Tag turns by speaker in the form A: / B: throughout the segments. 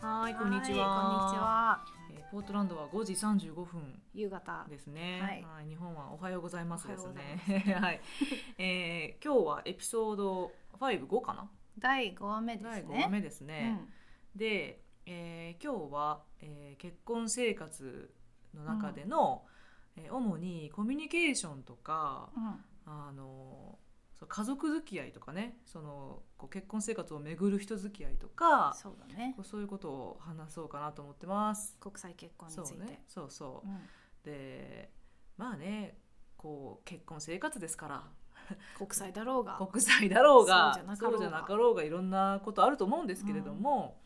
A: はい、こんにち
B: こんにち
A: は。
B: は。
A: えーポートランドは5時35分
B: 夕方。
A: ですね。
B: はい
A: はい、日本はおはようございますです
B: おはよう
A: ね。 はい、えー今日はエピソード5、5かな。
B: 第五話目ですね。
A: 第5話目ですね。
B: うん
A: で、えー今日は、えー結婚生活の中での、えー主にコミュニケーションとか、
B: うん
A: あのそう家族付き合いとかね、そのこう結婚生活をめぐる人付き合いとか。
B: そうだね
A: こ。うそういうことを話そうかなと思ってます。
B: 国際結婚につ
A: そ
B: いうて
A: ね。、そうそう
B: う。ん
A: で、まあね、こう結婚生活ですから、
B: 国際だろうが。
A: 国際だろうが
B: そうじゃな、か
A: そう
B: ろうが
A: じゃなかろうがいろんなことあると思うんですけれども、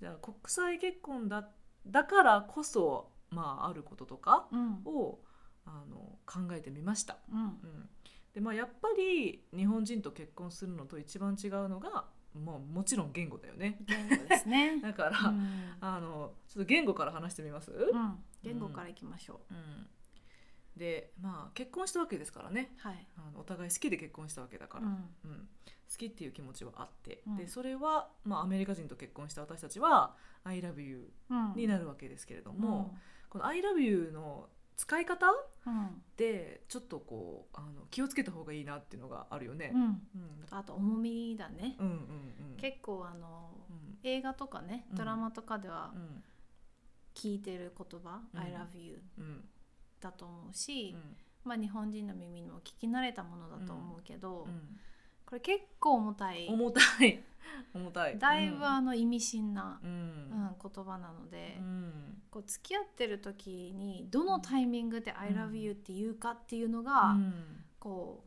A: じゃあ国際結婚だだからこそまああることとか
B: うん。
A: をあの考えてみました。
B: うん
A: う。ん。で、まあやっぱり日本人と結婚するのと一番違うのが、まあもちろん言語だよね。
B: 言語で すね。
A: だから。
B: うん
A: あのちょっと言語から話してみます、
B: うん。言語からいきましょ
A: うんでまあ結婚したわけですからね
B: う。はい。
A: あのお互い好きで結婚したわけだか
B: う
A: ら、うん
B: ん。
A: 好きっていう気持ちはあって、
B: うん
A: でそれは、まあ、アメリカ人と結婚した私たちは「ILOVEYOU
B: うん」
A: になるわけですけれども、
B: も
A: この「ILOVEYOU」の使い方
B: うん。うん。
A: でちょっとこうあの気をつけた方がいいなっていうのがあるよね
B: う。ん。
A: うん
B: あと重みだね。
A: うんうんうん
B: 結構あの
A: うん
B: 映画とかね、
A: うん
B: ドラマとかでは
A: うん
B: 聞いてる言葉
A: う、ん
B: I love you
A: うん
B: だと思う
A: う
B: し、
A: ん
B: まあ日本人の耳にも聞き慣れたものだと思うけど、
A: うん
B: これ結構重たい
A: 重たい重たい。
B: だいぶ
A: うん
B: あの意味深な、
A: う
B: うん
A: ん
B: 言葉なので、
A: うん
B: こう付き合ってる時にどのタイミングで「I love you」って言うかっていうのが、こ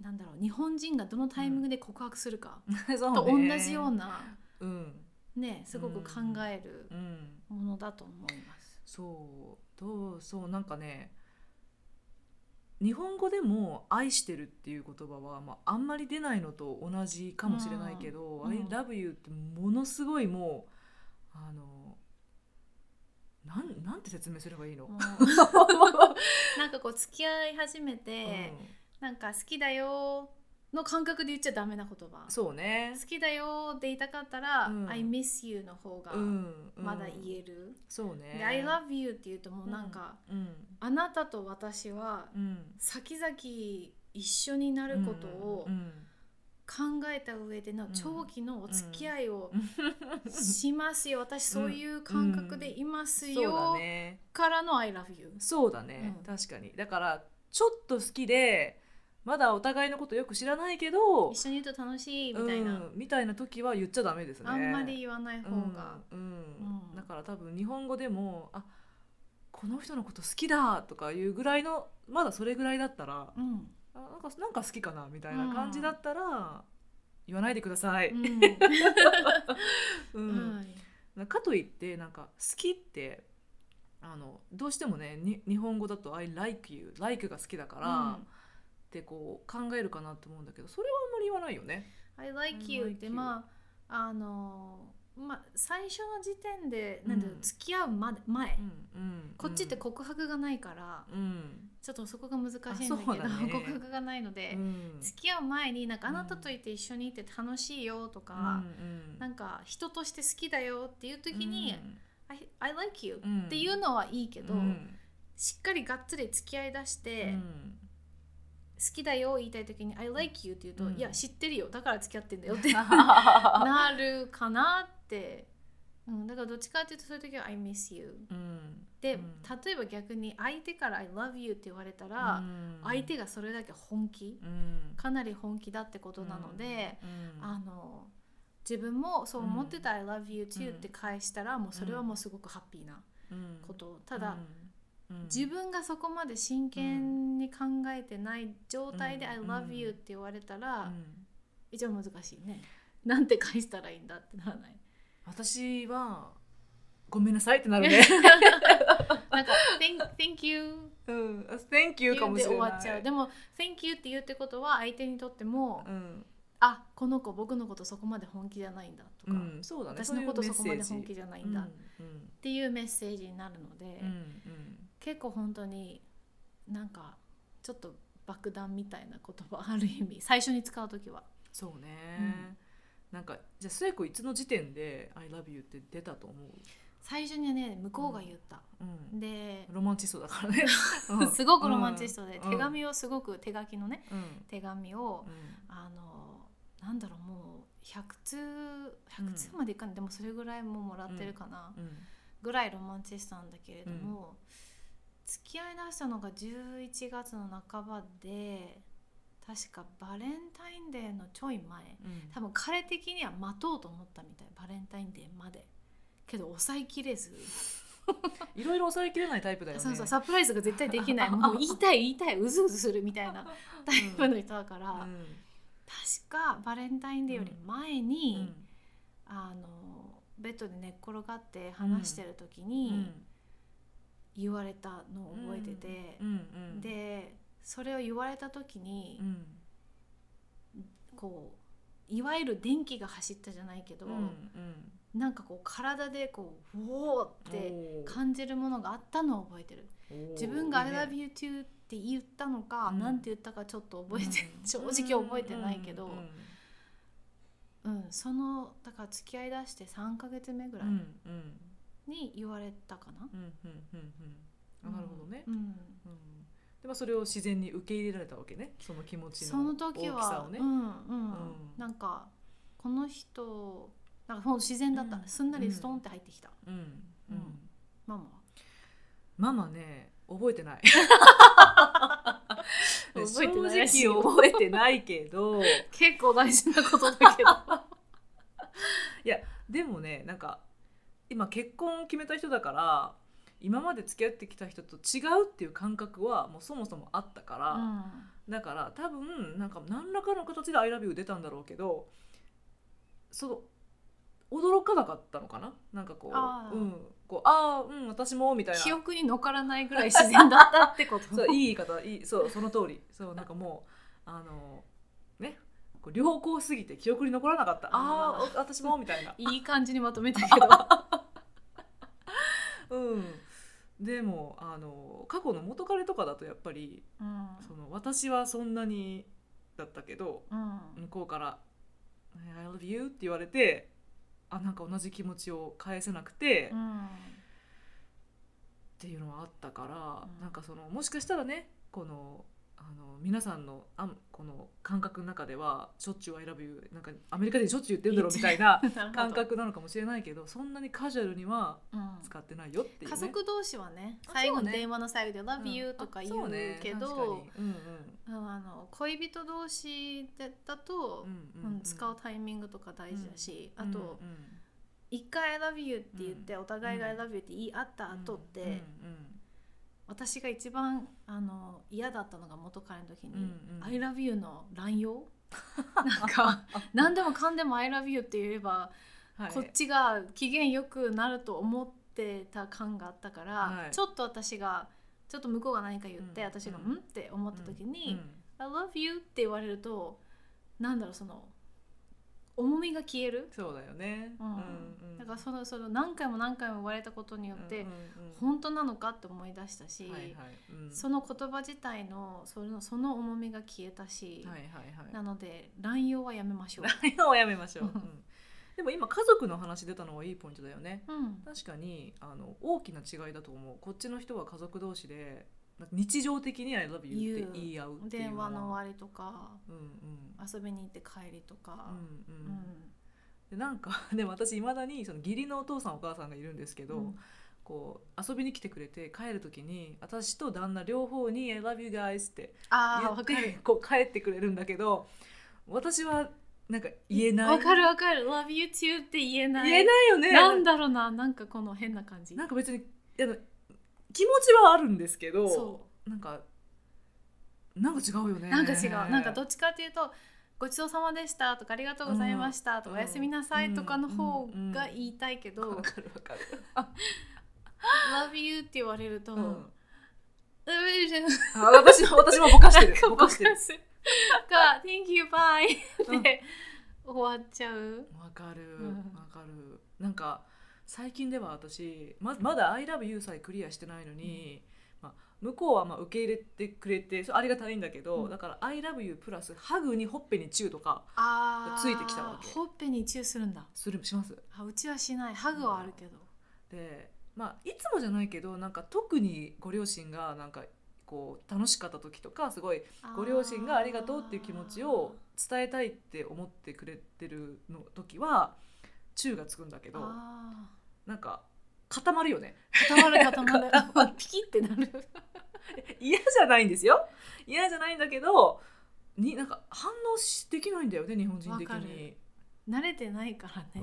B: うなんだろう日本人がどのタイミングで告白するか、
A: うんそうね
B: と同じような
A: うん
B: ねすごく考える
A: うん
B: ものだと思います。
A: そうどうそうなんかね日本語でも「愛してる」っていう言葉は、まあ、あんまり出ないのと同じかもしれないけど「
B: うん
A: I love you」ってものすごいもうあのなんなんて説明すればいいの、
B: もう なんかこう付き合い始めて、なんか好きだよの感覚で言っちゃダメな言葉
A: うん、そうね
B: 好きだよでいたかったら「
A: うん
B: I miss you」の方が
A: うんうん
B: まだ言える、
A: そうね
B: で I love you」って言うともうなんか、
A: うん
B: あなたと私は
A: うん
B: 先々一緒になることを
A: うん
B: 考えた上での
A: うん
B: 長期のお付き合いを
A: うん
B: しま すよ、私そういう感覚でいます
A: そうだ
B: よ、
A: ね
B: からの「I love you
A: そうだね、
B: うん
A: 確かにだからちょっと好きでまだお互いのことよく知らないけ」ど
B: 一緒にいると楽しいみたいな、
A: うん、みたいな時は言っちゃダメですね
B: あんまり言わない方が、
A: うん
B: う
A: うんん、だから多分日本語でもあこの人のこと好きだとかいうぐらいのまだそれぐらいだったら、
B: うん
A: あなんかなんか好きかなみたいな感じだったら、言わないでください、
B: うん
A: うん
B: はい
A: かといってなんか好きってあのどうしてもねに日本語だと「I like you」「like」が好きだから、
B: うん
A: ってこう考えるかなと思うんだけどそれはあんまり言わないよね。
B: I like
A: I
B: you
A: like
B: って
A: you
B: まああのまあ最初の時点でなんだろう
A: うん
B: 付き合うまで前、
A: うんうん、
B: こっちって告白がないから、
A: うん、
B: ちょっとそこが難しいんだけど
A: あそうだね
B: 告白がないの
A: う
B: で、
A: ん、
B: 付き合う前になんか
A: う
B: あ
A: ん
B: なたといて一緒にいて楽しいよと
A: う
B: か、
A: ん
B: なんか人として好きだよっていう時に、I, I like you
A: うんうん
B: っていうのはいいけど、
A: うん
B: しっかりがっつり付き合いだして、
A: う
B: 好
A: ん
B: きだよ言いたい時に I like you って言うと、
A: うん
B: いや知ってるよだから付き合ってんだよってなるかなって、うん、だからどっちかっていうとそういう時は「I miss you
A: うん」
B: で、
A: うん
B: 例えば逆に相手から「I love you」って言われたら、相手がそれだけ本気
A: うん
B: かなり本気だってことなので、
A: うん
B: あの自分もそう思ってた「I love you too」って返したら、もうそれはもうすごくハッピーな
A: うん
B: こと、ただ、
A: うん
B: 自分がそこまで真剣に考えてない状態で「
A: うん
B: I love you」って言われたら、
A: うん
B: 一応難しいね。なんて返したらいいんだってならない。
A: 私はごめんなさいってなるね。
B: なんか「Thank, thank you
A: うん、Thank」you かも
B: で
A: しれ
B: 終
A: ない。
B: わっちゃうでも「Thank you」って言うってことは相手にとっても「
A: うん、
B: あこの子僕のことそこまで本気じゃないんだ」とか、
A: うん、そうだね。
B: 私のことそこまで
A: そうい
B: 本
A: うメッセージ
B: 気じゃないんだ」っ
A: うん
B: ていうメッセージになるので、
A: うんうん
B: 結構本当になんかちょ っと爆弾みたいな言葉ある意味最初に使う時は。
A: そうね、なんかじゃあ末子いつの時点で「I love you」って出たと思う、
B: 最初にね向こうが言った、
A: うん、
B: で、
A: ロマンチストだからね、うんうん
B: すごくロマンチストで、
A: うん
B: 手紙をすごく手書きのね
A: うん
B: 手紙をあのなんだろうもう100通100通までいかない、でもそれぐらいもうもらってるかな、
A: うん
B: ぐらいロマンチストなんだけれども、付き合いだしたのが11月の半ばで確かバレンタインデーのちょい前
A: うん
B: 多分彼的には待とうと思ったみたいバレンタインデーまでけど抑えきれず、
A: いろいろ抑えきれないタイプだよね
B: そうそうサプライズが絶対で きないもう言いたい言いたいうずうずするみたいなタイプの人だから、
A: うん
B: 確かバレンタインデーより前に、
A: うん
B: あのベッドで寝っ転がって話してる時に言われたのを覚えてて。
A: うんうん、
B: でそれを言われた時に、
A: うん
B: こういわゆる電気が走ったじゃないけど、
A: うんうん、
B: なんかこう体でこう「おお!」って
A: おー
B: 感じるものがあったのを覚えてる
A: おー
B: 自分が「
A: いいね
B: I love you too」って言ったのか、
A: うん
B: なんて言ったかちょっと覚えて、
A: うん
B: 正直覚えてないけど、
A: う
B: うんん
A: うんうん
B: そのだから付き合いだして3ヶ月目ぐら
A: う
B: い
A: んうん
B: に言われたかな、
A: うんうんうんうんあなるほどね、
B: うん
A: うんでもそれを自然に受け入れられたわけねその気持ち
B: そ
A: の
B: の
A: 大
B: 時
A: きさ
B: は、
A: をね
B: う。んうん、
A: うん
B: なんかこの人なんかほんと自然だった、
A: うん
B: すんなりストンって入ってきた、
A: うんうん
B: うんママは
A: ママね覚えてない
B: 覚えてないらし
A: 正
B: いよ
A: 直覚えてないけど
B: 結構大事なことだけ ど
A: でもねなんか今結婚を決めた人だから今まで付き合ってきた人と違うっていう感覚はもうそもそもあったから、だから多分なんか何らかの形で「ILOVEYOU」出たんだろうけどその驚かなかったのかななんかこ
B: あ
A: う「
B: ー
A: うん、こうああうん私も」みたいな
B: 記憶に残らないぐらい自然だったってこと
A: そういい言い方いいそうその通りそうなんかもうあのねこう良好すぎて記憶に残らなかった「ああ
B: あ。
A: ー私も」みたいな
B: いい感じにまとめたけど
A: うんでもあの過去の元彼とかだとやっぱり
B: うん
A: その私はそんなにだったけど
B: うん
A: 向こうから「ね I love you」って言われてあなんか同じ気持ちを返せなくて、
B: う
A: っ
B: ん
A: ていうのはあったから、
B: うん
A: なんかそのもしかしたらねこのあの皆さんのあんこの感覚の中ではしょっちゅう「I love you」なんかアメリカでしょっちゅう言ってるんだろうみたいな 感、覚なのかもしれないけどそんなにカジュアルには
B: うん
A: 使ってないよっていう、ね、
B: 家族同士はね
A: あ
B: 最後
A: そう
B: の
A: ね
B: 電話の最後で「
A: うん
B: Love you」とか言
A: あそうね
B: けど、
A: 確かにうんうん
B: うんあの恋人同士でだ
A: う
B: と、
A: ん
B: うん使うタイミングとか大事だし、あと、
A: うんうん
B: 一回「I love you」って言って、お互いが「I love you」って言い合った後って、私が一番あの嫌だったのが元彼の時
A: うんうん
B: に
A: う
B: 「
A: ん
B: I love you」の乱用なんか何でもかんでも「I love you」って言えば、
A: はい
B: こっちが機嫌よくなると思ってた感があったから、
A: はい
B: ちょっと私がちょっと向こうが何か言って、
A: うん
B: 私が
A: う
B: 「
A: ん
B: ん?」って思った時に
A: うん
B: 「I love you」って言われるとなんだろうその重みが消える
A: そうだよね、
B: うんだからそのその何回も何回も言われたことによっ
A: うん
B: て、
A: うん
B: 本当なのかって思い出したし、
A: うんはいはいうん
B: その言葉自体のそのその重みが消えたし、
A: はいはいは
B: なので乱用はやめましょう。
A: い乱用はやめましょう、
B: うん
A: うんでも今家族の話出たのはいいポイントだよね
B: うん、
A: 確かにあの大きな違いだと思うこっちの人は家族同士でなんか日常的に「I love you」って言い合うっていう
B: 電
A: のは
B: 話の終わりとか
A: うんうん
B: 遊びに行って帰りと
A: う
B: か、
A: んう
B: うん
A: んでなんか でも私いまだにその義理のお父さんお母さんがいるんですけど、
B: うん
A: こう遊びに来てくれて帰る時に私と旦那両方に「I love you guys」って
B: ああ
A: 言
B: わ
A: っ
B: かる
A: てこう帰ってくれるんだけど私はなんか言えない
B: わかるわかる「Love you too」って言えない
A: 言えないよね
B: なんだろうななんかこの変な感じ
A: なんか別にあの気持ちはあるんですけど
B: そ
A: なんかなんか違うよ
B: う
A: ね
B: なんか違うなんかどっちかっていうと「ごちそうさまでした」とか「ありがとうございました」と
A: うん
B: か「おやすみなさい」とかの方
A: うん
B: が言いたいけど
A: わかるわかる、
B: 「Love you」って言われると「
A: うん
B: Love you じゃない
A: あ私も私もぼかしてるぼかしてる
B: か Thank you bye
A: うん
B: って終わっちゃう。
A: わかる
B: うん
A: わかるなんか最近では私ままだ「ILOVEYOU」さえクリアしてないのに、向こうはまあ受け入れてくれてそれありがたいんだけど、
B: うん
A: だから「ILOVEYOU」プラスハグにほっぺにチューとか
B: あー
A: ついてきたわけ
B: ほっぺにチューするんだ
A: するします
B: あうちはしないハグはあるけど、
A: でまあいつもじゃないけどなんか特にご両親がなんかこう楽しかった時とかすごいご両親がありがとうっていう気持ちを伝えたいって思ってくれてるの時はチューがつくんだけど
B: あ
A: なんか固まるよね
B: ー固まる固まる ピキってなる
A: 嫌じゃないんですよ嫌じゃないんだけどになんか反応しできないんだよね日本人的
B: わか
A: に
B: る。慣れてないからね、
A: うん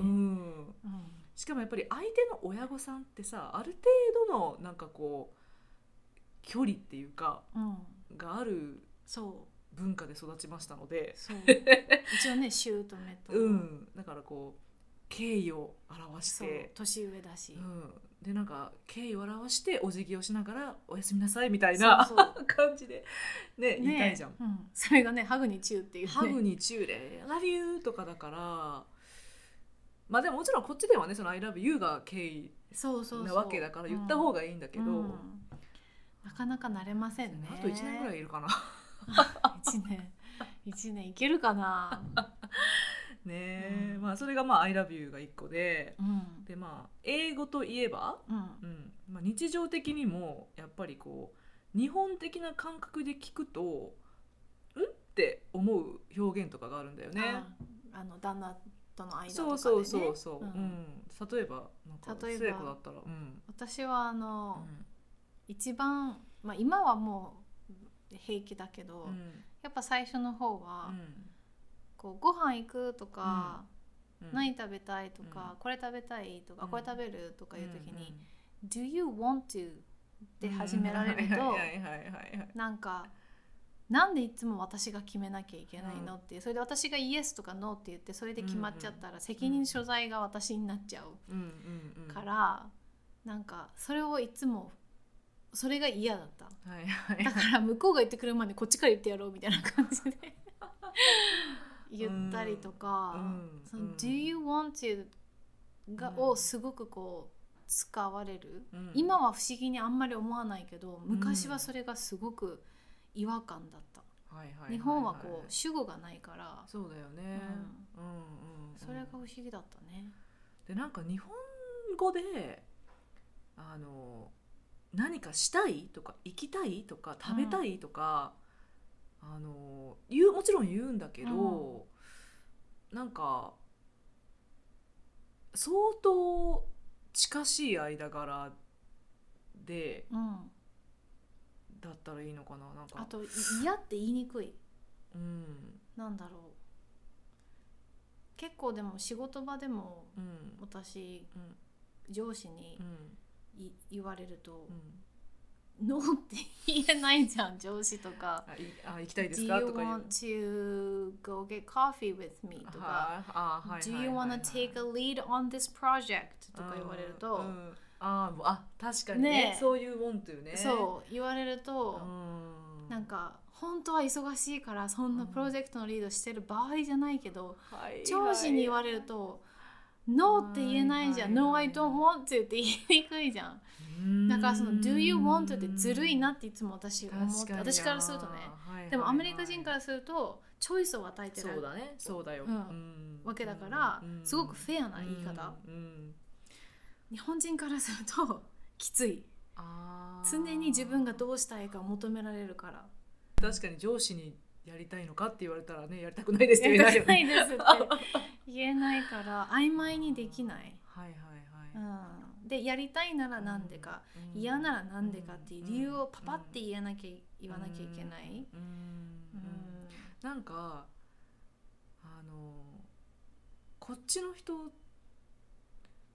B: うん
A: しかもやっぱり相手の親御さんってさある程度のなんかこう距離っていうか
B: うん、
A: がある
B: そう
A: 文化で育ちましたので、
B: そう一応ね姑と
A: うん、だからこう敬意を表し
B: そう
A: て
B: 年上だし、
A: うん、でなんか敬意を表してお辞儀をしながら「おやすみなさい」みたいな
B: そう そ
A: 感じで、ね
B: う
A: 言いたいじゃん。
B: うん、それがねハグにチューっていう、ね、
A: ハグにチューレ「ラビュー」とかだからまあでももちろんこっちではね「その ILOVEYOU」が敬意
B: そうそうそう
A: なわけだから言った方がいいんだけど。
B: うんなかなか慣れませんね
A: あと1年ぐらいい るかな
B: 1年1年いける かな、
A: ねえ、
B: うん
A: まあそれがまあ「ILOVEYOU」が1個で
B: うん
A: でまあ英語といえば、
B: うん
A: うんまあ、日常的にもやっぱりこう日本的な感覚で聞くと「ん?」って思う表現とかがあるんだよね。
B: ああの旦那との間とかで、
A: そ
B: ね、
A: うそうそうそう、うんん例えばなんか
B: 例えば
A: 聖子だったら、うん
B: 私はあ
A: う
B: の、
A: ん
B: 一番、まあ、今はもう平気だけど、
A: うん
B: やっぱ最初の方は、こうご飯行くとか、
A: うん
B: 何食べたいとか、
A: うん
B: これ食べたいとか、
A: うん
B: これ食べるとかいう時
A: う
B: に
A: ん
B: 「Do you want to?」で
A: うん
B: 始められると、
A: はいはいはいはいはい
B: なんかなんでいつも私が決めなきゃいけないのっていうそれで私がイエスとかノーって言ってそれで決まっちゃったら責任所在が私になっちゃう
A: うんうんうん
B: から、なんかそれをいつもそれが嫌だった
A: はいはい
B: だ
A: はい
B: から向こうが言ってくるまでこっちから言ってやろうみたいな感じで 言ったりとか
A: うん
B: 「その
A: うん
B: Do you want to が」
A: うん
B: をすごくこう使われる、
A: うん
B: 今は不思議にあんまり思わないけど
A: ん
B: 昔はそれがすごく違和感だった、
A: はいいいい
B: 日本はこう主語がないから
A: そうだよね、うんうんうん
B: それが不思議だったね。
A: でなんか日本語であの何かしたいとか行きたいとか食べたいとか、あの言うもちろん言うんだけど、なんか相当近しい間柄で
B: うん、
A: だったらいいのかななんか
B: あとい嫌って言いにくい
A: うん
B: なんだろう結構でも仕事場でも
A: うん
B: 私
A: うん
B: 上司に
A: うん
B: い言われると
A: うん
B: 「ノー」って言えないじゃん上司とか
A: あいあ行き
B: 「
A: たいで
B: Do
A: す
B: you
A: かとか言う
B: want to go get coffee with me?」とか
A: はいあはい
B: 「Do you
A: はいは
B: want
A: い
B: to take a lead on this project?」とか言われると、
A: うんうんあーもうあ確かにね
B: ねえ
A: そういう「want to ね」
B: そう言われると、
A: うん
B: なんか本当は忙しいからそんなプロジェクトのリードしてる場合じゃないけど、
A: はいはい
B: 上司に言われると「ノー」って言えないじゃん「
A: は
B: No
A: いはい
B: I don't want to」って言いにくいじゃん。
A: うん
B: だからその「Do you want to」ってずるいなっていつも私思っ
A: 確
B: て
A: かにな
B: 私からするとね
A: はいはいはい
B: でもアメリカ人からするとチョイスを与えて
A: そう
B: る
A: だねそうだよ、
B: うん
A: ん
B: わけだから、
A: うん
B: すごくフェアな言い方、
A: うんうん
B: 日本人からするときつい
A: あー
B: 常に自分がどうしたいかを求められるから
A: 確かに上司にやりたいのかって言われたらねやりたくないですって言え
B: や
A: ない
B: りた
A: よ
B: くな
A: ね
B: いですって言えないから曖昧にできない、
A: はいはいはい、
B: うん、でやりたいならなんでか、
A: うん
B: 嫌ならなんでかっていう理由をパパって言えなきゃ言わなきゃいけない、
A: うん
B: う
A: うん
B: ん
A: なんかあのこっちの人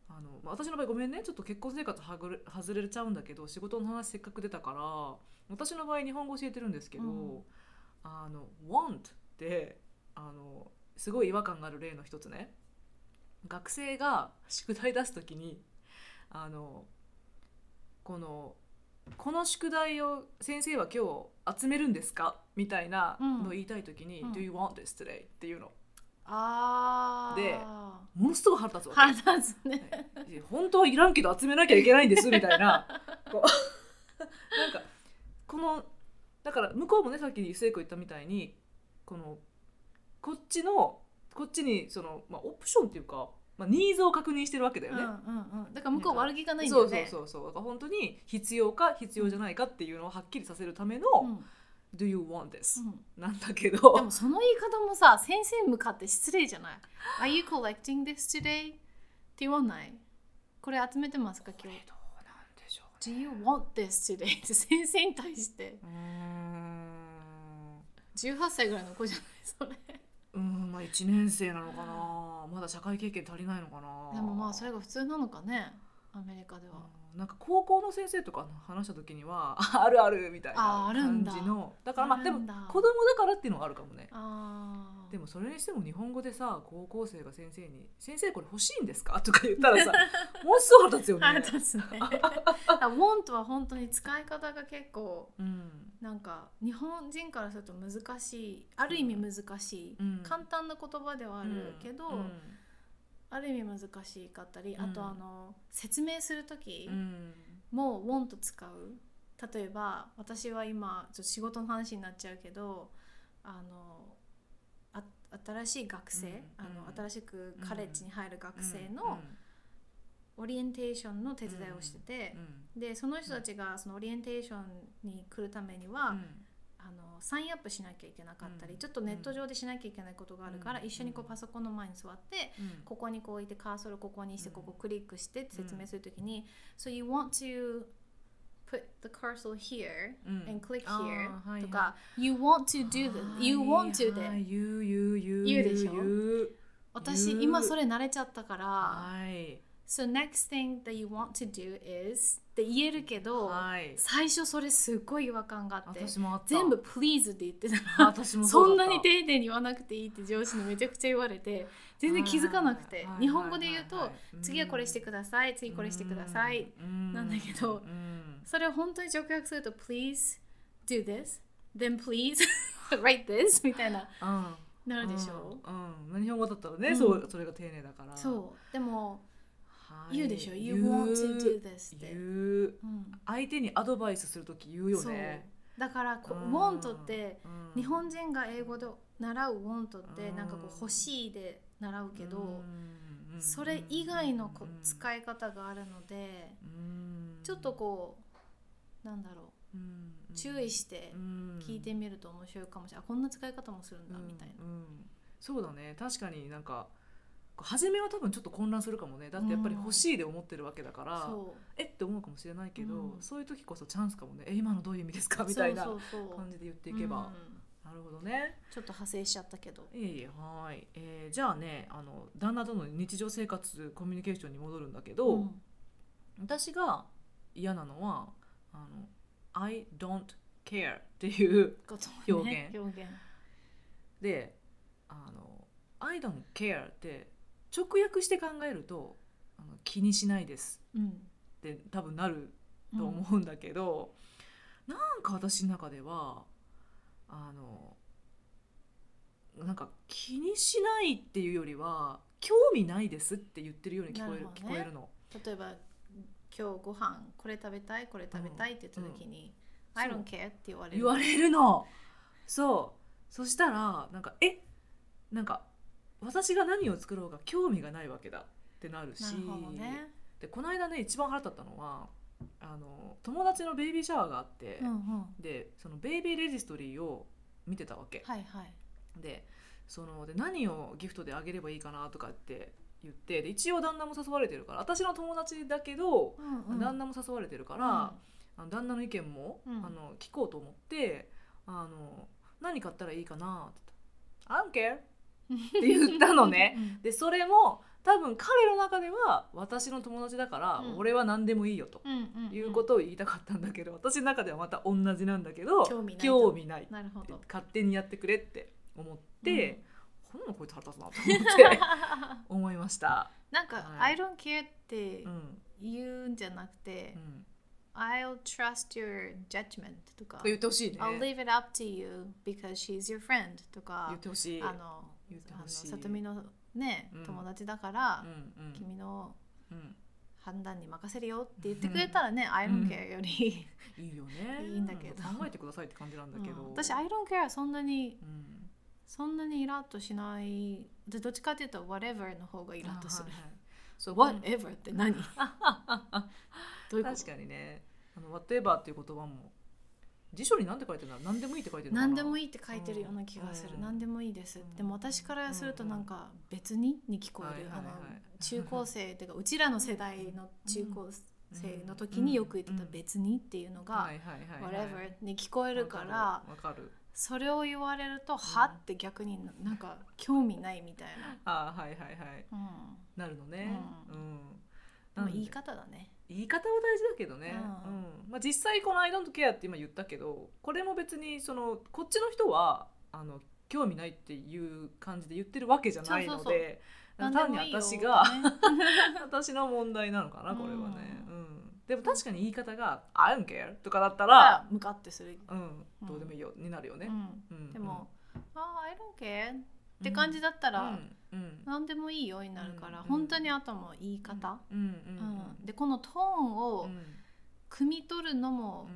A: あのまあ私の場合ごめんねちょっと結婚生活はぐれ外れちゃうんだけど仕事の話せっかく出たから私の場合日本語教えてるんですけど「
B: うん
A: あの want」ってあのすごい違和感がある例の一つね学生が宿題出す時にあのこのこの宿題を先生は今日集めるんですかみたいなのを言いたい時に「
B: うん
A: Do you want this today?」っていうの
B: あー
A: でものすごく腹立つわけ、
B: 腹立つね
A: 本当はいらんけど集めなきゃいけないんですみたいなこう なんかこのだから向こうもねさっき聖子言ったみたいにこのこっちのこっちにその、まあ、オプションっていうか、まあ、ニーズを確認してるわけだよね。
B: うんうんうん、だから向こう悪気がないんだ
A: そ
B: よ
A: うそう
B: ね。う
A: そうそうだから本当に必要か必要じゃないかっていうのをはっきりさせるための「
B: ん
A: Do you want this?、
B: うん
A: なんだけど
B: でもその言い方もさ先生に向かって失礼じゃない Are you collecting this today? って言わないこれ集めてますか
A: これ
B: 今日
A: どうなんでしょ
B: Do you want this today? って先生に対して
A: うねうーん
B: 18歳ぐらいの子じゃないそれ
A: うーんまあ1年生なのかなまだ社会経験足りないのかな
B: でもまあそれが普通なのかねアメリカでは
A: うんなんか高校の先生とか話した時には 「あるある」みたい
B: あ
A: な
B: あるん
A: 感
B: だ
A: じのだからまあ
B: あ
A: で
B: る
A: も子
B: んだ
A: 供だからっていうのがあるかもね
B: ああ
A: でもそれにしても日本語でさ高校生が先生に「先生これ欲しいんですか?」とか言った らさもうすぐ腹立つよ
B: あれ
A: ね。
B: ですねだから want は本当に使い方が結構
A: うん
B: なんか日本人からすると難しいある意味難しい、
A: うん
B: 簡単な言葉ではあるけど、
A: うん
B: ある意味難しかったり、
A: うん
B: あとあの説明する時
A: うん
B: もう want 使う例えば私は今ちょっと仕事の話になっちゃうけどあのあ新しい学生、
A: うん
B: あ
A: うん
B: の新しくカレッジに入る学生
A: うん
B: のオリエンテーションの手伝いをしてて
A: う、ん
B: でその人たちがそのオリエンテーションに来るためには、
A: うん
B: あのサインアップしなきゃいけなかったり、
A: うん
B: ちょっとネット上でしなきゃいけないことがあるから、
A: うん
B: 一緒にこうパソコンの前に座って、
A: うん
B: ここにこう置いてカーソルここにして
A: うん
B: ここクリックしてって説明するときに、So you want to put the cursor here
A: うん
B: and click
A: あー
B: here
A: はいはい
B: とか、You want to do this You want to
A: はいはい
B: で
A: 言う言う言う
B: 言うでしょ
A: 言う
B: 私
A: 言う
B: 今それ慣れちゃったから、
A: はい。
B: So next thing that you want to do is って言えるけど、
A: はい。
B: 最初それすっごい違和感があって
A: 私もあった。
B: 全部 please って言ってた
A: あ 私も
B: そ
A: うんだっ
B: な
A: た
B: に丁寧に言わなくていいって上司にめちゃくちゃ言われて全然気づかなく
A: はい
B: て
A: はいはい
B: 日本語で言う
A: は
B: と
A: いはい
B: 次はこれしてください次これしてください。
A: うん
B: なんだけ
A: う
B: ど
A: ん
B: それを本当に直訳すると please do this then please write this みたいな
A: うん
B: なるでしょ
A: うんうん日本語だったらね、
B: うん
A: そうそれが丁寧だから。
B: そうでも
A: はい。
B: 言うでしょ you want to do this って
A: 言う。
B: うん
A: 相手にアドバイスするとき言うよ
B: そう
A: ね。
B: だからこ
A: うん
B: want って
A: うん
B: 日本人が英語で習う want って
A: うん
B: なんかこう欲しいで習うけ
A: う
B: ど
A: んうん
B: それ以外のこ
A: うん
B: 使い方があるので
A: うん
B: ちょっとこうなんだろ
A: うん
B: う注意して聞いてみると面白いかもしれないあこんな使い方もするんだみたいな。
A: うんうんそうだね確かになんか初めは多分ちょっと混乱するかもねだってやっぱり欲しいで思ってるわけだから、
B: そう
A: えって思うかもしれないけど、
B: うん
A: そういう時こそチャンスかもねえ今のどういう意味ですかみたいな
B: そうそうそう
A: 感じで言っていけば、
B: うん
A: なるほどね
B: ちょっと派生しちゃったけど
A: いえいえはーい、えーじゃあねあの旦那との日常生活コミュニケーションに戻るんだけど、
B: うん
A: 私が嫌なのはあの「I don't care」っていう
B: ことを
A: 表現
B: 表現
A: であの「I don't care」って直訳して考えると「あの気にしないです
B: うん」
A: って多分なると思うんだけど、なんか私の中ではあのなんか気にしないっていうよりは興味ないですって言ってるように聞こえる
B: なるほど
A: 聞こ
B: ね
A: えるの。
B: うん例えば今日ご飯これ食べたいこれ食べたいって言った時に「
A: うん
B: I don't care」って言われる
A: 言われるのそうそしたらなんかえなんか私が何を作ろうが興味がないわけだってなるし
B: なるほどね
A: でこの間ね一番腹立ったのはあの友達のベイビーシャワーがあって、
B: うんうん
A: でそのベイビーレジストリーを見てたわけ、
B: はいはい
A: でそので何をギフトであげればいいかなとかって言ってで一応旦那も誘われてるから私の友達だけど、
B: うんうん
A: 旦那も誘われてるから、あの旦那の意見も、
B: うん
A: あの聞こうと思ってあの何買ったらいいかなって言ったら「I don't care」って言ったのね。
B: うん
A: でそれも多分彼の中では私の友達だから、
B: うん
A: 俺は何でもいいよと
B: うんうんうん
A: いうことを言いたかったんだけど、私の中ではまた同じなんだけど
B: 興味ないと
A: ない
B: なるほど
A: 勝手にやってくれって思って、こんなのこいつ腹立つなと思
B: う
A: っ て
B: ん
A: 思いました。
B: なんか「
A: はい
B: I don't care」って
A: うん
B: 言うんじゃなくて
A: うん、
B: 「I'll trust your judgment」とか
A: 言ってほしいね。
B: I'll leave it up to you because she's your friend と
A: 言
B: か
A: っ、てほしい。
B: あの、
A: 言って
B: あ
A: ほ
B: の、
A: しい。
B: さとみのね
A: うん、
B: 友達だから
A: う、んうん
B: 君の
A: うん
B: 判断に任せるよって言ってくれたらね、I
A: うん
B: don't care より、
A: いいよね
B: いいんだけど
A: 考えてくださいって感じなんだけど、
B: うん私「I don't care」そんなに
A: うん
B: そんなにイラッとしないでどっちかっていうと「whatever」の方がイラッとする
A: あはいはいそう
B: 「
A: わ
B: whatever」って 何どういうこと
A: 確かにねあの「whatever」っていう言葉も辞書に何て書いてるんだろう何でもいいって書いてるのかな
B: 何でもいいって書いてるような気がする、
A: うん
B: 何でもいいです、
A: うん
B: でも私からするとなんか別にに聞こえる、
A: はいはいはい
B: あの中高生っていうかうちらの世代の中高生の時によく言ってた
A: うん
B: 「別に」っていうのが
A: はいはい
B: 「
A: はいはい、
B: whatever」に聞こえるから
A: わかるわかる
B: それを言われると「は」って逆になんか興味ないみたい
A: あーはいはいはい
B: な、うん、
A: なるのね
B: う
A: うんん、
B: で
A: な
B: も
A: んで
B: 言い方だね
A: 言い方は大事だけどね、
B: う
A: うんんまあ、実際この「I don't care」って今言ったけどこれも別にそのこっちの人はあの興味ないっていう感じで言ってるわけじゃないの
B: そうそう
A: で
B: 何で
A: 単
B: も
A: に
B: いいよ
A: 私 が
B: ね
A: 私の問題なのかなこれはね、
B: う
A: うんでも確かに言い方が「I don't care」とかだったら、
B: が向かってす る、
A: うん、
B: うん
A: どうでもいいよになるよ
B: う
A: ね。
B: ん、
A: うん
B: でも「ああ I don't care」って感じだったら、
A: うんうん
B: 何でもいいようになるから、
A: うん
B: 本当にあとも言い方、
A: うんうん
B: うん
A: うん
B: でこのトーン
A: う
B: を
A: ん
B: 汲み取るの
A: う
B: も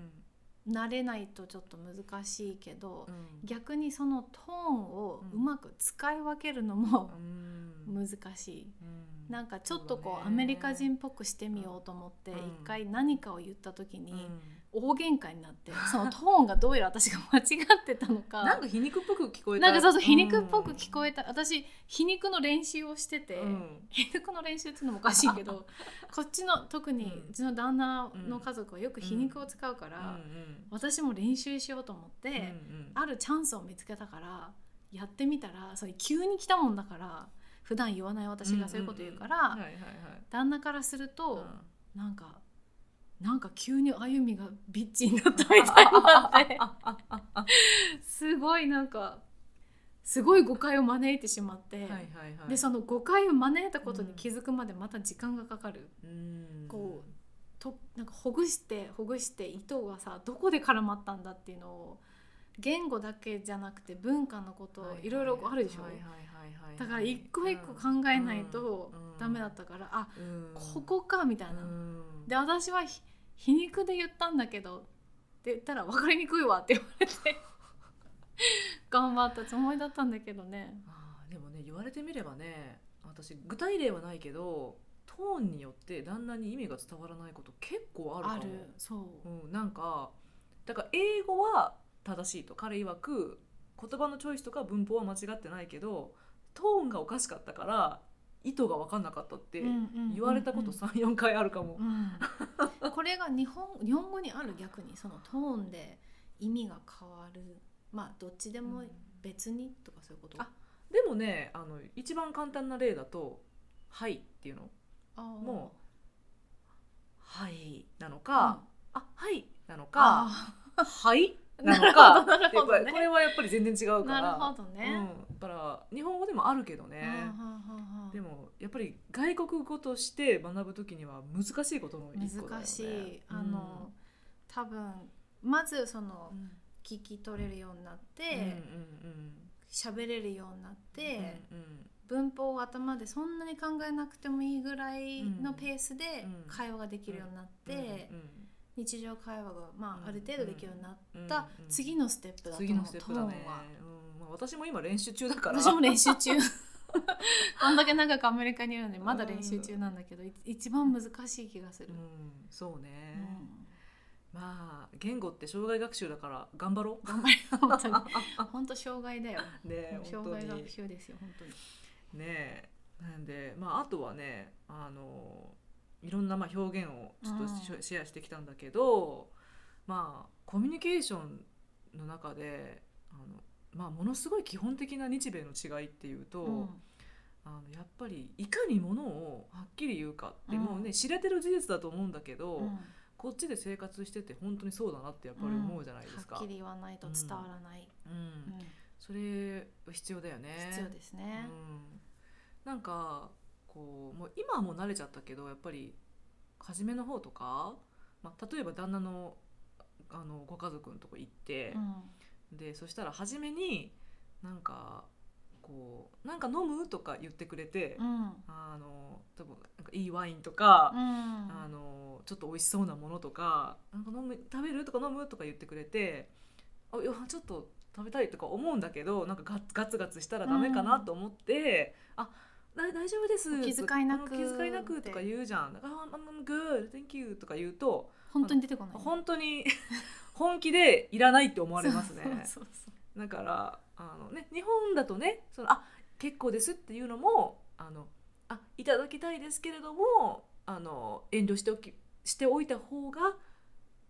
A: ん
B: 慣れないとちょっと難しいけど、
A: うん
B: 逆にそのトーンを
A: う
B: うんまく使い分けるのも
A: うん
B: 難しい。
A: うん
B: なんかちょっとこ
A: そう
B: う
A: だ
B: ア
A: ね
B: メリカ人っぽくしてみようと思って
A: うん
B: 一回何かを言った時
A: う
B: に
A: ん
B: 大喧嘩にな ってそのトーンがどうやら私が間違ってたのか
A: なんか皮肉っぽく聞こえた
B: なんかそうそう皮肉っぽく聞こ
A: え
B: えた私皮肉の練習をして
A: て
B: て皮肉の練習っていうのもおかしい けどこっちの特に
A: うん
B: うちの旦那の家族はよく皮肉を使うから、私も練習しようと思って、あるチャンスを見つけたからやってみたらそれ急に来たもんだから普段言わない私がそういうこと言うから、
A: はいはいはい
B: 旦那からする
A: う
B: と、
A: ん
B: なんかなんか急に歩みがビッチになったみたいにな ってすごいなんかすごい誤解を招いてしまって。
A: はいはいはい
B: でその誤解を招いたことに気づくまでまた時間がかかる、
A: うん
B: こうとなんかほぐしてほぐして糸がさどこで絡まったんだっていうのを言語だけじゃなくて文化のこと
A: はいはい
B: ろいろあるでしょ、
A: はいはいはいはいはい
B: だから一個一個考えないと
A: うんうん
B: ダメだったから、あ
A: うん
B: ここかみたいな、
A: うん
B: で私はひ皮肉で言ったんだけどって言ったら分かりにくいわって言われて頑張ったつもりだったんだけどね
A: あーでもね言われてみればね私具体例はないけどトーンによって旦那に意味が伝わらないこと結構あるか
B: あ
A: も
B: るそう、
A: うん、なんかだから英語は正しいと彼曰く言葉のチョイスとか文法は間違ってないけどトーンがおかしかったから意図が分かんなかったって
B: うんうんうんうん
A: 言われたこと34回あるかも。
B: うんこれが日本日本語にある逆にそのトーンで意味が変わるまあどっちでも別にとかそういうこと、
A: あでもねあの一番簡単な例だと「はい」っていうの
B: あ
A: も「はい」なの
B: う
A: か
B: ん
A: 「あはい」なのか「
B: あ
A: はい」なの
B: な
A: か
B: る
A: っていう
B: ほどなるほどね
A: これはやっぱり全然違うか
B: なる
A: ら
B: ほどね、
A: うん、だから日本語でもあるけどね。
B: うんうんうんうん
A: でもやっぱり外国語として学ぶときには難しいことの一個だよね。
B: 難しい、あの、多分まずその
A: うん、
B: 聞き取れるようになっ
A: うんうん
B: て喋、れるようになっ
A: うん
B: て、
A: うん
B: 文法を頭でそんなに考えなくてもいいぐらいのペースで
A: うん
B: 会話ができるようになって、
A: うん
B: 日常会話が、ま
A: うん
B: あ、ある程度できるようになっ
A: うん
B: た次のステップだと
A: 次
B: 思
A: の
B: う
A: ステッ
B: トー
A: プ
B: ン
A: だ
B: は
A: ね。うんまあ、私も今練習中だから。
B: 私も練習 中こんだけ長くアメリカにいるのでまだ練習中なんだけどい一番難しい気がす
A: う、
B: る
A: ん、そうね、
B: うん
A: まあ言語って障害学習だから頑張ろ
B: 頑張れ 本当に本当障害だよ
A: う。ね本
B: 障
A: 当
B: 害
A: に
B: 学習ですよ本当に
A: ねえなんでまああとはねあのいろんなまあ表現をちょっとシェシェアしてきたんだけど、まあコミュニケーションの中であの、まあ、ものすごい基本的な日米の違いっていうと、
B: うん
A: あのやっぱりいかにものをはっきり言うかって、
B: うん
A: もうね知れてる事実だと思うんだけど、
B: うん
A: こっちで生活してて本当にそうだなってやっぱり思うじゃないですか。
B: はっきり言わないと伝わらない、
A: うん
B: うん
A: それ必要だよね。
B: 必要ですね、
A: うん、なんかこうもう今はもう慣れちゃったけどやっぱり初めの方とか、まあ、例えば旦那のあのご家族のとこ行って
B: う、ん
A: でそしたら初めになんかこう「なんか飲む?」とか言ってくれて、
B: うん
A: あの多分なんかいいワインとか、
B: うん
A: あののちょっと美味しそうなものとか「なんか飲む食べる?」とか「飲む?」とか言ってくれて「あいやちょっと食べたい」とか思うんだけどなんかガツガツガツしたらダメかなと思って「あだ大丈夫です」
B: お気遣いなく
A: あの気遣いなく」とか言うじゃん「あ I'm good thank you」とか言うと
B: 本当に出てこない
A: 本当に 本気でいらないって思われますね。
B: そうそうそう
A: だからあの、ね、日本だとねそのあ結構ですっていうのもあのあいただきたいですけれどもあの遠慮しておきしておいた方が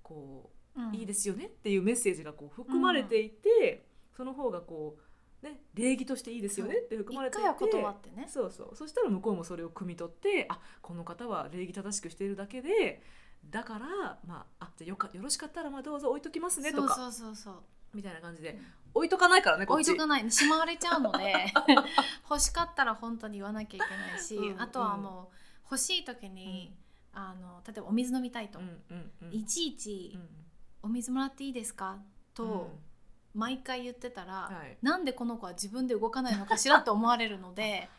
A: こ
B: そう、
A: ういいですすよねっていうメッセージがこう含まれていて、その方がこう、ね、礼儀としていいですよねって含
B: 一
A: まれてい
B: 回
A: て
B: は断ってね
A: そうそうそしたら向こうもそれを汲み取ってあこの方は礼儀正しくしているだけでだから、まあ、あじゃあよかよろしかったらまあどうぞ置いときますねとか
B: そうそうそうそう
A: みたいな感じで
B: うん
A: 置いとかないからねこ
B: 置
A: っ
B: い
A: ち
B: とかないしまわれちゃうので 欲しかったら本当に言わなきゃいけないし、
A: うん
B: あとはもう欲しい時に、あの例えばお水飲みたいと、
A: うんうんうん
B: いちいち
A: うん
B: 「お水もらっていいですか?」と毎回言ってたら、
A: うんはい
B: なんでこの子は自分で動かないのかしらと思われる ので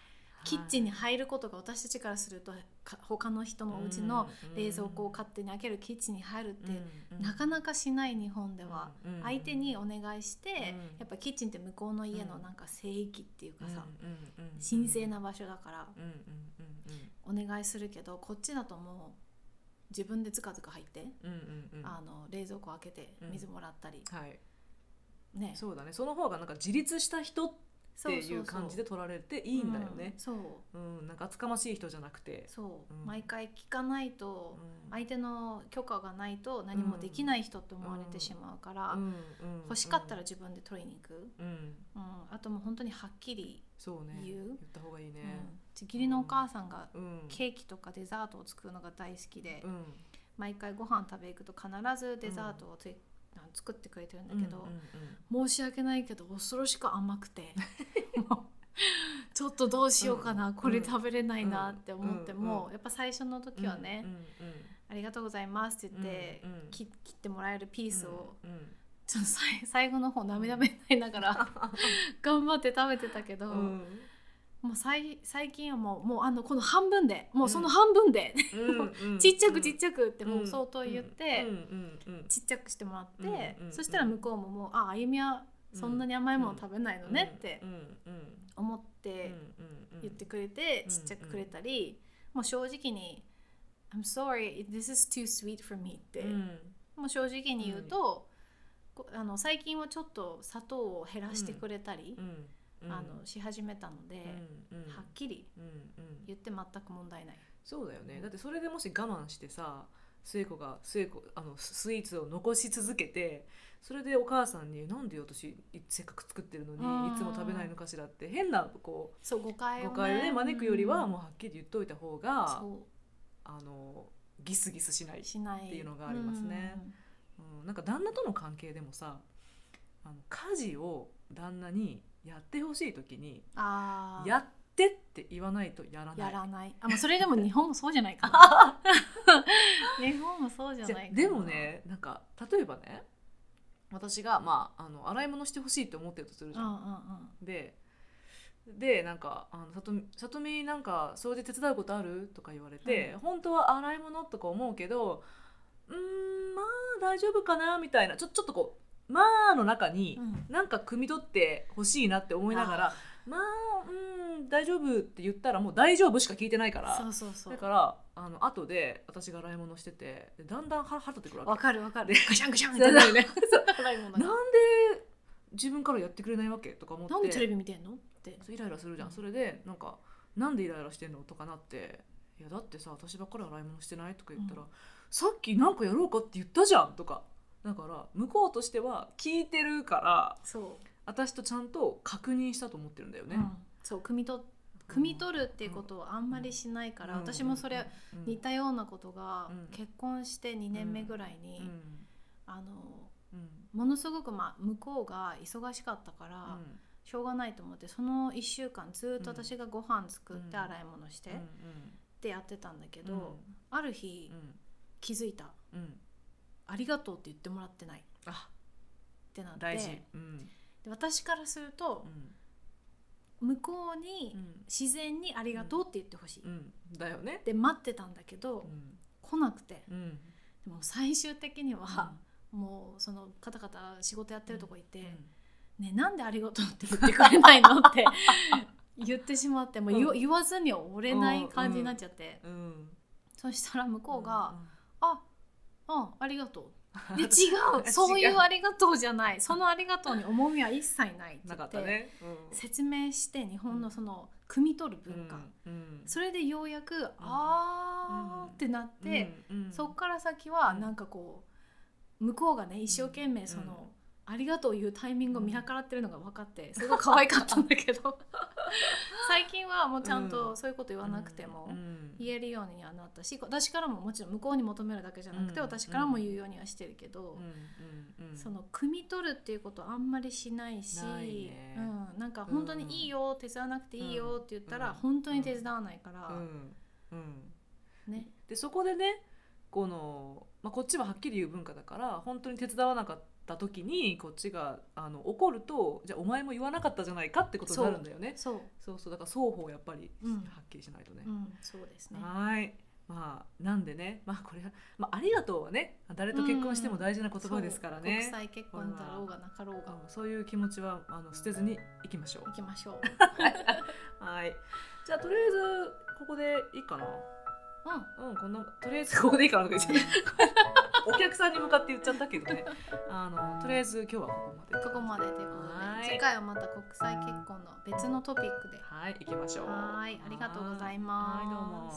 B: キッチンに
A: はい
B: 入ることが私たちからするとか他の人のお家の冷蔵庫を勝手に開けるキッチンに入るって、なかな
A: か
B: かしない日本では、相手にお願いして、
A: うん
B: やっぱキッチンって向こうの家の
A: うん
B: なんか聖域っていうかさ、
A: 神
B: 神聖な場所だから
A: うんうんうん
B: お願いするけどこっちだともう自分でずかずか入って、
A: うんうんうんうん
B: あの冷蔵庫開けて
A: うん
B: 水もらったり、
A: はい
B: ね
A: そうだねその方がなんか自立した人って
B: そそ
A: い
B: そう
A: 感じで取られていいんだよね
B: うんそう
A: うんなんか厚かましい人じゃなくて
B: そう、
A: うん
B: 毎回聞かないと
A: うん
B: 相手の許可がないと何もできない人って思われてしまうから、
A: うんうん
B: 欲しかったら自分で取りに行く、
A: うん
B: うん、あともう本当にはっきり
A: そうね
B: 言う
A: 言った方がいいね
B: うんちぎりのお母さんが
A: うん
B: ケーキとかデザートを作るのが大好きで、
A: うん
B: 毎回ご飯食べ行くと必ずデザートをついあの作ってくれてるんだけ
A: う
B: ど
A: んう、んうん
B: 申し訳ないけど恐ろしく甘 くてもうちょっとどうしようかな、
A: うん
B: これ食べれないなって思っても、
A: うん
B: やっぱ最初の時はね、
A: うんうん
B: ありがとうございます」って言って、
A: うんうん
B: き切ってもらえるピースを、
A: うんうん
B: ちょっとさい最後の方涙目になりな がら頑張って食べてたけど、
A: う ん
B: もう最最近はもうもうあのこの半分でもうその半分で、ちっちゃくちっ
A: ゃ
B: ちゃくって
A: く
B: もう相当言って、ちっちゃくしてもらって、
A: うんうん
B: そしたら向こうももう「ああゆみはそんなに甘いもの食べないのね」って思って言ってくれて、
A: うん
B: ちっちゃくくれたり、もう正直に「I'm sorry this is too sweet for me」って、もう正直に言うと、こあの最近はちょっと砂糖を減らしてくれたり、あのし始めたので、はっきり言って全く問題ない。
A: そうだよねだってそれでもし我慢してさ末子が末子あのススイーツを残し続けてそれでお母さんに「なんで私いせっかく作ってるの
B: うん
A: にいつも食べないのかしら」って変なこ
B: そう誤
A: う
B: 解をね
A: 誤解をね招くよりは
B: うん
A: もうはっきり言っといた方が
B: そ
A: あのギスギスしないう
B: しない
A: っていうのがありますねうん、なんか旦那との関係でもさあの家事を旦那にやってほしい時に
B: うんあ
A: 「
B: あ
A: やって」って言わないとやらな
B: や
A: い。
B: らないあもうそ れでも日本もそうじゃないかな日本もそうじゃ
A: じゃ
B: ないかな
A: でもねなんか例えばね私が、まあ、あの洗い物してほしいと思ってるとする
B: うん
A: じ
B: う
A: ゃ
B: ん
A: ん。ででなんかあのさと「さとみなんか掃除手伝うことある?」とか言われて、
B: う
A: 本当は洗い物とか思うけど「うーんまあ大丈夫かな」みたいなちょちょっとこう「まあ」の中に、
B: うんうん
A: なんか汲み取ってほしいなって思いながらまあうん大丈夫って言ったらもう大丈夫しか聞いてないから
B: そうそうそう
A: だからあの後で私が洗い物しててでだんだん腹腹立ってくるわ
B: わ
A: け
B: かるわか
A: で
B: るガシャンガシャンみ
A: そ
B: た
A: う
B: いな
A: だ よねそう
B: 辛いも
A: な
B: のが
A: んで自分からやってくれないわけとか思って
B: なんでテレビ見てんのって
A: そうイライラするじゃ
B: うんん
A: それでなんか「なんでイライラしてんの?」とかなって「いやだってさ私ばっかり洗い物してない?」とか言ったら「
B: うん
A: さっきなんかやろうかって言ったじゃん」とかだから向こうとしては聞いてるから
B: そ
A: 私とちゃんと確認したと思ってるんだよ
B: う、
A: ね。
B: うんそう汲み取汲み取るっていうことをあんまりしないから、私もそれ似たようなことが、
A: うん
B: 結婚して2年目ぐらいに、
A: うん
B: あの
A: うん
B: ものすごく、まあ、向こうが忙しかったから、しょうがないと思ってその1週間ずっと私がご飯作って
A: うん
B: 洗い物して、
A: うん
B: ってやってたんだけ
A: うん
B: ど、ある日、
A: うん
B: 気づいた
A: うん
B: 「ありがとう」って言ってもらってないっ
A: あ
B: てなって
A: 大事うん
B: で私からすると
A: う、ん
B: 向こうに
A: うん
B: 自然に「ありがとう」って言ってほしい、
A: うんだよね
B: で待ってたんだけど、
A: うん
B: 来来なくて
A: うん
B: でも最終的には、もうその方々仕事やってるとこいて「ねなんでありがとう」って言ってくれないの って言ってしまってもう言,、
A: うん
B: 言わずには折れない感じになっちゃって、
A: うんうん
B: そしたら向こうが「
A: ん
B: ああありがとう」 で違う そういうありがとうじゃないそのありがとうに重みは一切ないって
A: な
B: 言
A: か
B: っ、
A: ってたね、うん
B: 説明して日本のその汲み取る文化、
A: うんうん
B: それでようやく「あー」ってなって。
A: うんうん
B: そっから先は
A: うん
B: なんかこう向こうがね一生懸命その、ありがとういうタイミングを見計らってるのが分か ってすごい可愛かったんだけど最近はもうちゃん
A: う
B: と
A: ん
B: そういうこと言わなくても
A: うん
B: 言えるようにはなったし私からももちろん向こうに求めるだけじゃなくて
A: うん
B: 私からも言うようにはしてるけ
A: う
B: ど
A: ん、うんうん
B: その汲み取るっていうことあんまりしないし
A: ないね
B: うん、なんか本当
A: うん
B: にいいよ手伝わなくていいよって言ったら
A: うん
B: 本当に手伝わないから
A: う、んうん
B: ね。
A: でそこでねこの、まあ、こっちははっきり言う文化だから本当に手伝わなかった時にこっちがあの怒るとじゃあお前も言わなかったじゃないかってことになるんだよね
B: そう、
A: そうそうだから双方やっぱり
B: うん
A: はっきりしないとね
B: う、ん、そうですね。
A: はーいまあなんでねまあこれは、まあ、ありがとうはね誰と結婚しても大事な言葉ですからね、
B: そう国際結婚だろうがなかろうが
A: うんそういう気持ちはあの捨てずにいきましょう
B: 行きましょう。
A: はい。じゃあとりあえずここでいいかな。
B: うん。
A: うん、こんなとりあえずここでいいかなとか言っちゃった。 お客さんに向かって言っちゃったけどね。あのとりあえず今日はここまで。
B: ここまでということ
A: はい
B: で、次回はまた国際結婚の別のトピックで。
A: はい、行きましょう。
B: はーい、ありがとうございます。
A: はいどうも。